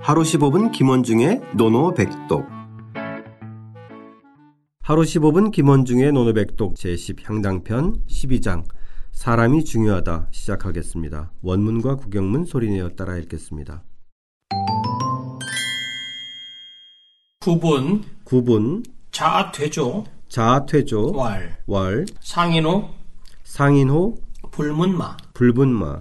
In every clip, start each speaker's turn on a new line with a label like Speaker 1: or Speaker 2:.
Speaker 1: 하루 15분 김원중의 노노백독 하루 15분 김원중의 노노백독 제10향당편 12장 사람이 중요하다 시작하겠습니다. 원문과 구경문 소리내어 따라 읽겠습니다.
Speaker 2: 구분
Speaker 1: 9분
Speaker 2: 자퇴조
Speaker 1: 자퇴조
Speaker 2: 왈
Speaker 1: 월
Speaker 2: 상인호
Speaker 1: 상인호
Speaker 2: 불문마
Speaker 1: 불분마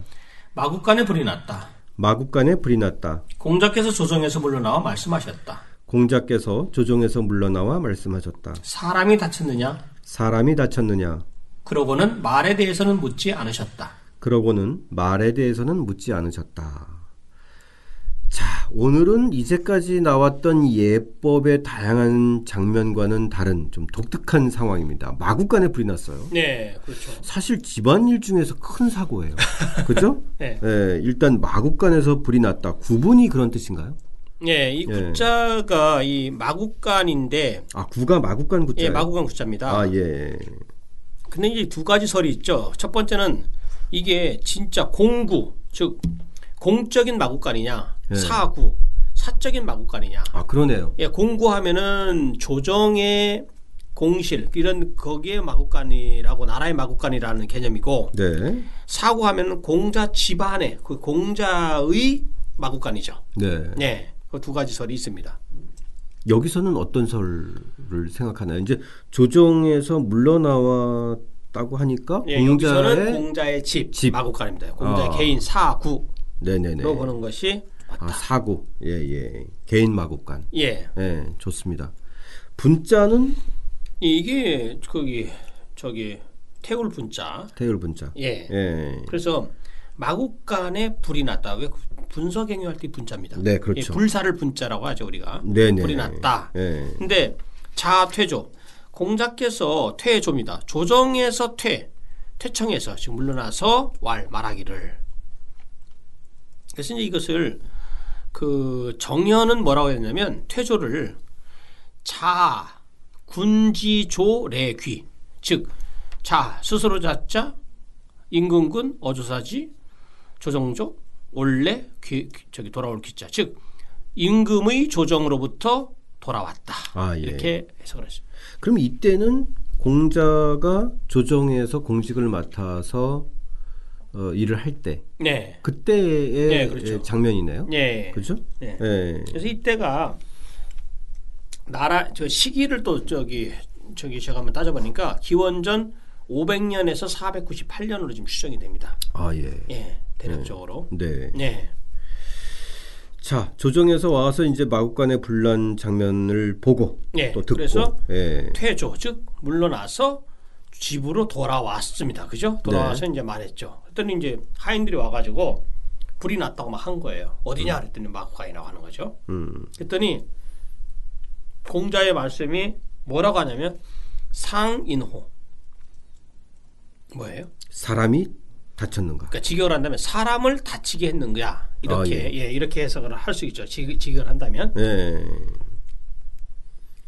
Speaker 2: 마국간에 불이 났다.
Speaker 1: 마국간에 불이 났다.
Speaker 2: 공작께서 조정에서 물러나와 말씀하셨다.
Speaker 1: 공자께서 조정에서 물러나와 말씀하셨다.
Speaker 2: 사람이 다쳤느냐?
Speaker 1: 사람이 다쳤느냐?
Speaker 2: 그러고는 말에 대해서는 묻지 않으셨다.
Speaker 1: 그러고는 말에 대해서는 묻지 않으셨다. 자, 오늘은 이제까지 나왔던 예법의 다양한 장면과는 다른 좀 독특한 상황입니다. 마국간에 불이 났어요.
Speaker 2: 네, 그렇죠.
Speaker 1: 사실 집안일 중에서 큰 사고예요. 그죠?
Speaker 2: 네.
Speaker 1: 예, 일단 마국간에서 불이 났다. 구분이 그런 뜻인가요?
Speaker 2: 예, 이 구자가 이 마국간인데
Speaker 1: 아, 구가 마국간 구자.
Speaker 2: 예, 마국간 구자입니다.
Speaker 1: 아, 예.
Speaker 2: 근데 이제 두 가지 설이 있죠. 첫 번째는 이게 진짜 공구, 즉 공적인 마국간이냐,
Speaker 1: 예.
Speaker 2: 사구, 사적인 마국간이냐.
Speaker 1: 아, 그러네요.
Speaker 2: 예, 공구하면은 조정의 공실 이런 거기에 마국간이라고 나라의 마국간이라는 개념이고
Speaker 1: 네.
Speaker 2: 사고하면은 공자 집안의 그 공자의 마국간이죠.
Speaker 1: 네.
Speaker 2: 네, 그 두 가지 설이 있습니다.
Speaker 1: 여기서는 어떤 설을 생각하나요? 이제 조정에서 물러나왔다고 하니까
Speaker 2: 예, 여기서는
Speaker 1: 공자의
Speaker 2: 공자의 집,
Speaker 1: 집.
Speaker 2: 마국간입니다. 공자의
Speaker 1: 아.
Speaker 2: 개인 사구로
Speaker 1: 네네네
Speaker 2: 보는 것이
Speaker 1: 아, 사고 예예 개인 마곡간
Speaker 2: 예
Speaker 1: 예 좋습니다. 분자는
Speaker 2: 이게 거기 저기 태울 분자
Speaker 1: 태율 분자
Speaker 2: 예
Speaker 1: 예.
Speaker 2: 그래서 마국간에 불이 났다. 왜그 분석행위할 때 분자입니다.
Speaker 1: 네, 그렇죠.
Speaker 2: 예, 불사를 분자라고 하죠 우리가.
Speaker 1: 네네
Speaker 2: 불이 났다.
Speaker 1: 예.
Speaker 2: 근데 자퇴조 공자께서 퇴조입니다. 조정에서 퇴 퇴청에서 지금 물러나서 왈 말하기를. 그래서 이제 이것을 그 정현은 뭐라고 했냐면 퇴조를 자 군지조례귀 즉 자 스스로 자자 임금군 어조사지 조정조 원래 귀, 귀- 저기 돌아올 귀자 즉 임금의 조정으로부터 돌아왔다
Speaker 1: 아 예.
Speaker 2: 이렇게 해석을 했어요.
Speaker 1: 그럼 이때는 공자가 조정에서 공직을 맡아서 어, 일을 할 때
Speaker 2: 네,
Speaker 1: 그때의
Speaker 2: 네, 그렇죠.
Speaker 1: 장면이네요.
Speaker 2: 네.
Speaker 1: 그렇죠?
Speaker 2: 네.
Speaker 1: 예.
Speaker 2: 그래서 이때가 나라 저 시기를 또 저기 저기 제가 한번 따져보니까 기원전 500년에서 498년으로 지금 추정이 됩니다.
Speaker 1: 아 예.
Speaker 2: 예, 대략적으로.
Speaker 1: 네.
Speaker 2: 네,
Speaker 1: 자 조정에서 와서 이제 마국간의 분란 장면을 보고
Speaker 2: 네.
Speaker 1: 또 듣고
Speaker 2: 그래서
Speaker 1: 예.
Speaker 2: 퇴조 즉 물러나서 집으로 돌아왔습니다. 그죠? 돌아와서 이제 말했죠. 그랬더니 이제 하인들이 와가지고 불이 났다고 막 한 거예요. 어디냐 그랬더니 마구간이라고 하는 거죠.
Speaker 1: 음.
Speaker 2: 그랬더니 공자의 말씀이 뭐라고 하냐면 상인호 뭐예요?
Speaker 1: 사람이 다쳤는가?
Speaker 2: 그러니까 직결한다면 사람을 다치게 했는 거야. 이렇게
Speaker 1: 아,
Speaker 2: 예. 이렇게 해석을 할 수 있죠. 직, 직결한다면
Speaker 1: 예.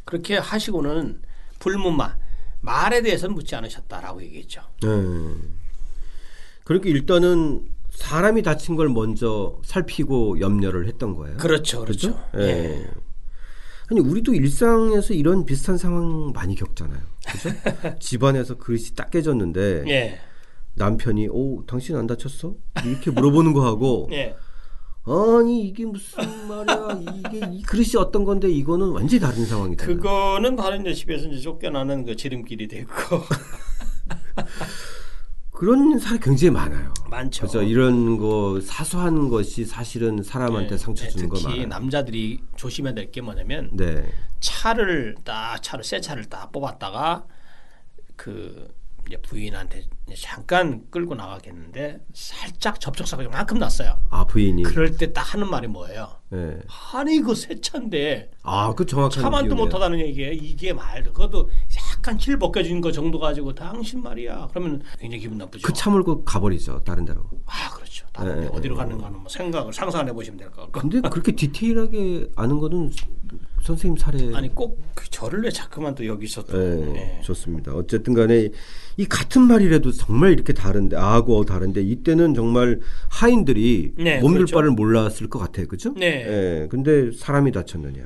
Speaker 2: 그렇게 하시고는 불문마 말에 대해서는 묻지 않으셨다라고 얘기했죠.
Speaker 1: 예. 그렇게 일단은 사람이 다친 걸 먼저 살피고 염려를 했던 거예요.
Speaker 2: 그렇죠, 그렇죠.
Speaker 1: 예.
Speaker 2: 예.
Speaker 1: 아니 우리도 일상에서 이런 비슷한 상황 많이 겪잖아요. 그죠? 집안에서 그릇이 딱 깨졌는데
Speaker 2: 예.
Speaker 1: 남편이 오 당신 안 다쳤어? 이렇게 물어보는 거 하고
Speaker 2: 예.
Speaker 1: 아니 이게 무슨 말이야 이게 이 그릇이 어떤 건데 이거는 완전히 다른 상황이다.
Speaker 2: 그거는 바로 이제 집에서 이제 쫓겨나는 그 지름길이 되고
Speaker 1: 그런 사람 굉장히 많아요.
Speaker 2: 많죠.
Speaker 1: 그래서 이런 거 사소한 것이 사실은 사람한테
Speaker 2: 예,
Speaker 1: 상처
Speaker 2: 예,
Speaker 1: 주는 거
Speaker 2: 특히
Speaker 1: 많아요.
Speaker 2: 남자들이 조심해야 될 게 뭐냐면
Speaker 1: 네,
Speaker 2: 차를 딱 차를 새 차를 딱 뽑았다가 그 이제 부인한테 이제 잠깐 끌고 나가겠는데 살짝 접촉사고가 만큼 났어요.
Speaker 1: 아 부인이.
Speaker 2: 그럴 때 딱 하는 말이 뭐예요?
Speaker 1: 네.
Speaker 2: 아니 이거 새 차인데
Speaker 1: 아그 정확한
Speaker 2: 차만도
Speaker 1: 비유네요.
Speaker 2: 못하다는 얘기예요. 이게 말도 그것도 약간 실 벗겨진 거 정도 가지고 당신 말이야. 그러면 굉장히 기분 나쁘죠.
Speaker 1: 그 차물고 가버리죠 다른 데로.
Speaker 2: 아 그렇죠. 다른
Speaker 1: 네,
Speaker 2: 데 어디로 가는가는 뭐 생각을 상상해 보시면 될 것 같고.
Speaker 1: 근데 그렇게 디테일하게 아는 거는 선생님 사례.
Speaker 2: 아니 꼭그 저를 왜 자꾸만 또 여기서 또
Speaker 1: 네,
Speaker 2: 예.
Speaker 1: 좋습니다. 어쨌든 간에 이 같은 말이라도 정말 이렇게 다른데 아하고 다른데 이때는 정말 하인들이
Speaker 2: 네,
Speaker 1: 몸둘
Speaker 2: 그렇죠.
Speaker 1: 바를 몰랐을 것 같아요. 그죠?
Speaker 2: 네.
Speaker 1: 예, 근데 사람이 다쳤느냐.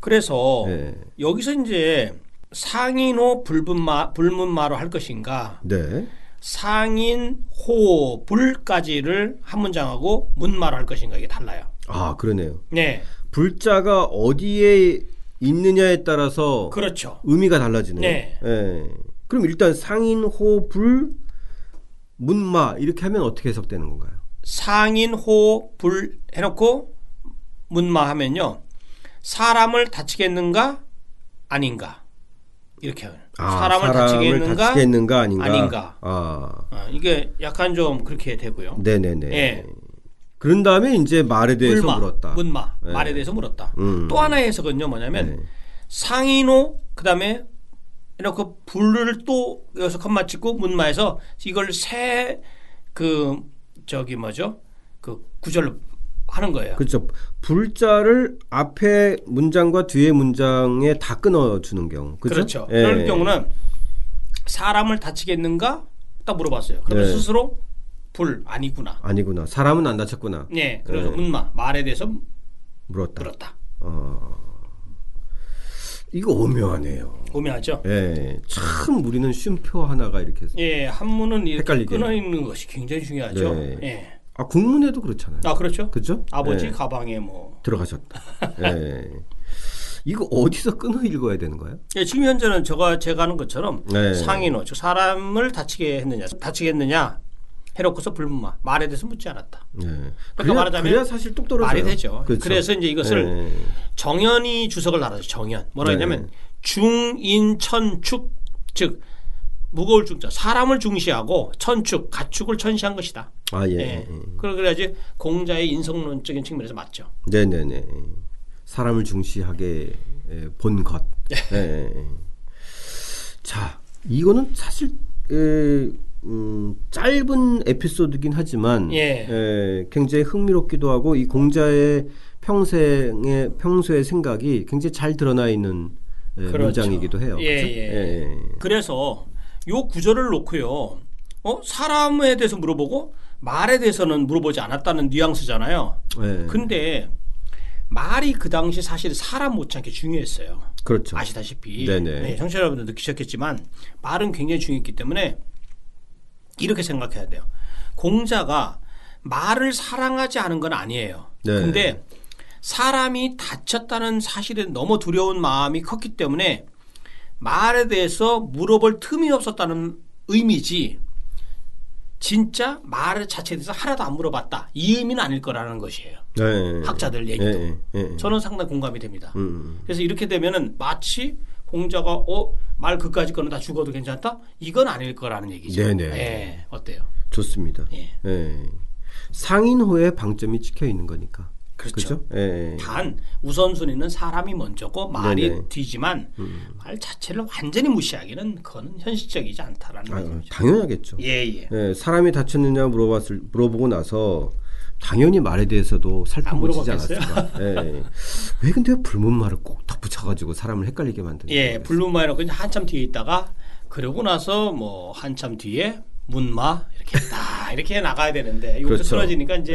Speaker 2: 그래서
Speaker 1: 예.
Speaker 2: 여기서 이제 상인호 불문마 불문마로 할 것인가
Speaker 1: 네.
Speaker 2: 상인 호 불까지를 한 문장하고 문마로 할 것인가 이게 달라요.
Speaker 1: 아, 그러네요.
Speaker 2: 네,
Speaker 1: 불자가 어디에 있느냐에 따라서
Speaker 2: 그렇죠.
Speaker 1: 의미가 달라지네요.
Speaker 2: 네.
Speaker 1: 예. 그럼 일단 상인, 호, 불, 문마 이렇게 하면 어떻게 해석되는 건가요?
Speaker 2: 상인 호 불 해놓고 문마 하면요 사람을 다치겠는가 아닌가 이렇게 해요. 사람을, 다치겠는가
Speaker 1: 아, 다치겠는가 아닌가?
Speaker 2: 아닌가.
Speaker 1: 아.
Speaker 2: 아, 이게 약간 좀 그렇게 되고요.
Speaker 1: 네네네.
Speaker 2: 예.
Speaker 1: 그런 다음에 이제 말에 대해서
Speaker 2: 문마,
Speaker 1: 물었다.
Speaker 2: 문마
Speaker 1: 네.
Speaker 2: 말에 대해서 물었다.
Speaker 1: 음.
Speaker 2: 또 하나의 해석은요
Speaker 1: 네.
Speaker 2: 뭐냐면 상인호 그다음에 이렇게 불을 또 여기서 컴마 찍고 문마에서 이걸 새 그 저기 뭐죠 그 구절로 하는 거예요.
Speaker 1: 그렇죠. 불자를 앞에 문장과 뒤에 문장에 다 끊어 주는 경우. 그렇죠.
Speaker 2: 그렇죠.
Speaker 1: 예.
Speaker 2: 그럴 경우는 사람을 다치겠는가 딱 물어봤어요. 그러면
Speaker 1: 네.
Speaker 2: 스스로 불 아니구나.
Speaker 1: 아니구나. 사람은 안 다쳤구나.
Speaker 2: 네, 그래서 문마 말에 대해서
Speaker 1: 물었다.
Speaker 2: 물었다.
Speaker 1: 어. 이거 오묘하네요.
Speaker 2: 고민하죠.
Speaker 1: 예. 참 우리는 쉼표 하나가 이렇게 해서.
Speaker 2: 예, 한문은 이렇게
Speaker 1: 헷갈리게.
Speaker 2: 끊어 있는 것이 굉장히 중요하죠.
Speaker 1: 네.
Speaker 2: 예,
Speaker 1: 아 국문에도 그렇잖아요.
Speaker 2: 아 그렇죠.
Speaker 1: 그죠?
Speaker 2: 아버지
Speaker 1: 예.
Speaker 2: 가방에 뭐
Speaker 1: 들어가셨다. 예. 이거 어디서 끊어 읽어야 되는 거예요?
Speaker 2: 예, 지금 현재는 제가 제가 하는 것처럼
Speaker 1: 네.
Speaker 2: 상인호 즉 사람을 다치게 했느냐 다치겠느냐 해놓고서 불문마 말에 대해서 묻지 않았다.
Speaker 1: 예.
Speaker 2: 그러니까 말하자면
Speaker 1: 그래야 사실 똑 떨어져요.
Speaker 2: 말이 되죠.
Speaker 1: 그렇죠.
Speaker 2: 그래서 이제 이것을
Speaker 1: 예.
Speaker 2: 정연이 주석을 달아서 정연 뭐라
Speaker 1: 네.
Speaker 2: 했냐면 중인천축 즉 무거울 중자 사람을 중시하고 천축 가축을 천시한 것이다.
Speaker 1: 아 예.
Speaker 2: 예. 그래 그래야지 공자의 인성론적인 측면에서 맞죠.
Speaker 1: 네네네. 사람을 중시하게 예, 본 것.
Speaker 2: 네.
Speaker 1: 예. 자, 이거는 사실 예, 음, 짧은 에피소드긴 하지만
Speaker 2: 예.
Speaker 1: 예, 굉장히 흥미롭기도 하고 이 공자의 평생의 평소의 생각이 굉장히 잘 드러나 있는 예,
Speaker 2: 그렇죠.
Speaker 1: 문장이기도 해요.
Speaker 2: 예,
Speaker 1: 그죠?
Speaker 2: 예. 그래서 요 구절을 놓고요. 어? 사람에 대해서 물어보고 말에 대해서는 물어보지 않았다는 뉘앙스잖아요.
Speaker 1: 예.
Speaker 2: 근데 말이 그 당시 사실 사람 못지않게 중요했어요.
Speaker 1: 그렇죠.
Speaker 2: 아시다시피
Speaker 1: 네네.
Speaker 2: 네, 청취자 여러분도 느끼셨겠지만 말은 굉장히 중요했기 때문에 이렇게 생각해야 돼요. 공자가 말을 사랑하지 않은 건 아니에요.
Speaker 1: 네.
Speaker 2: 근데 사람이 다쳤다는 사실에 너무 두려운 마음이 컸기 때문에 말에 대해서 물어볼 틈이 없었다는 의미지 진짜 말 자체에 대해서 하나도 안 물어봤다 이 의미는 아닐 거라는 것이에요.
Speaker 1: 예.
Speaker 2: 학자들
Speaker 1: 예,
Speaker 2: 얘기도
Speaker 1: 예, 예.
Speaker 2: 저는 상당히 공감이 됩니다.
Speaker 1: 음.
Speaker 2: 그래서 이렇게 되면은 마치 공자가 어 말 그까지 거는 다 죽어도 괜찮다? 이건 아닐 거라는 얘기죠.
Speaker 1: 네네.
Speaker 2: 예, 어때요?
Speaker 1: 좋습니다.
Speaker 2: 예.
Speaker 1: 예. 상인호의 방점이 찍혀 있는 거니까.
Speaker 2: 그렇죠.
Speaker 1: 그죠? 예.
Speaker 2: 단 우선순위는 사람이 먼저고 말이
Speaker 1: 네네. 음.
Speaker 2: 뒤지만 말 자체를 완전히 무시하기는 그건 현실적이지 않다라는
Speaker 1: 아,
Speaker 2: 거죠.
Speaker 1: 당연하겠죠.
Speaker 2: 예예.
Speaker 1: 예, 사람이 다쳤느냐 물어봤을 물어보고 나서 당연히 말에 대해서도 살펴보지
Speaker 2: 안 물어봤겠어요?
Speaker 1: 않았을까. 예. 왜 근데 불문말을 꼭 덧붙여가지고 사람을 헷갈리게 만드는?
Speaker 2: 예, 블루마이너 그냥 한참 뒤에 있다가 그러고 나서 뭐 한참 뒤에 문마 이렇게 딱 이렇게 나가야 되는데 이것도
Speaker 1: 그렇죠.
Speaker 2: 쓰러지니까 이제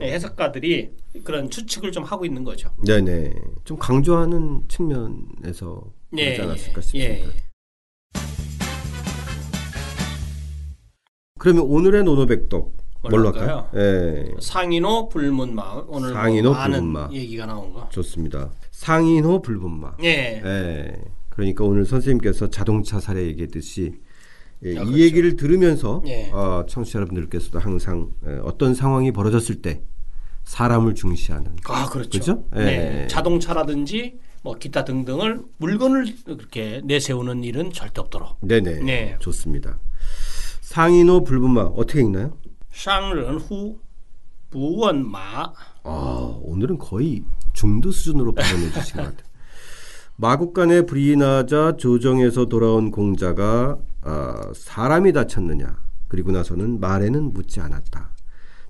Speaker 1: 예.
Speaker 2: 예, 해석가들이 그런 추측을 좀 하고 있는 거죠.
Speaker 1: 네네. 좀 강조하는 측면에서
Speaker 2: 예,
Speaker 1: 그러지 않았을까
Speaker 2: 예,
Speaker 1: 싶습니다.
Speaker 2: 예, 예.
Speaker 1: 그러면 오늘의 노노백독 뭘로
Speaker 2: 뭘로
Speaker 1: 할까요? 예.
Speaker 2: 상인호 불문마 오늘
Speaker 1: 상인호
Speaker 2: 뭐 많은
Speaker 1: 불문마.
Speaker 2: 얘기가 나온 거.
Speaker 1: 좋습니다. 상인호 불분마.
Speaker 2: 예.
Speaker 1: 예. 그러니까 오늘 선생님께서 자동차 사례 얘기했듯이 예,
Speaker 2: 아,
Speaker 1: 이
Speaker 2: 그렇죠.
Speaker 1: 얘기를 들으면서
Speaker 2: 예.
Speaker 1: 어, 청취자 여러분들께서도 항상 예, 어떤 상황이 벌어졌을 때 사람을 중시하는
Speaker 2: 아 그렇죠.
Speaker 1: 그죠?
Speaker 2: 네.
Speaker 1: 예.
Speaker 2: 자동차라든지 뭐 기타 등등을 물건을 그렇게 내세우는 일은 절대 없도록.
Speaker 1: 네네
Speaker 2: 네.
Speaker 1: 좋습니다. 상인호 불분마 어떻게 읽나요?
Speaker 2: 상른 후 부원마
Speaker 1: 아 오늘은 거의 중도 수준으로 발언해 주신 것 같아요. 마국간에 불이 나자 조정에서 돌아온 공자가 아, 사람이 다쳤느냐 그리고 나서는 말에는 묻지 않았다.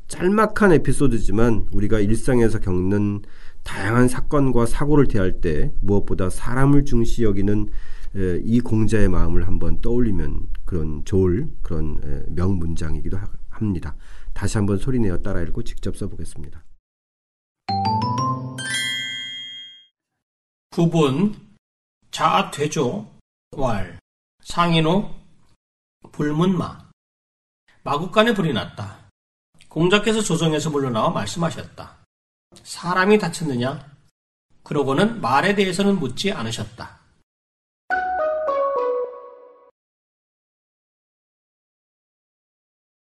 Speaker 1: 짤막한 에피소드지만 우리가 일상에서 겪는 다양한 사건과 사고를 대할 때 무엇보다 사람을 중시 여기는 에, 이 공자의 마음을 한번 떠올리면 그런 좋을 그런 에, 명문장이기도 하- 합니다. 다시 한번 소리내어 따라 읽고 직접 써보겠습니다.
Speaker 2: 구분 자아퇴조 왈 상인호 불문마 마국간에 불이 났다. 공자께서 조정에서 물러나와 말씀하셨다. 사람이 다쳤느냐? 그러고는 말에 대해서는 묻지 않으셨다.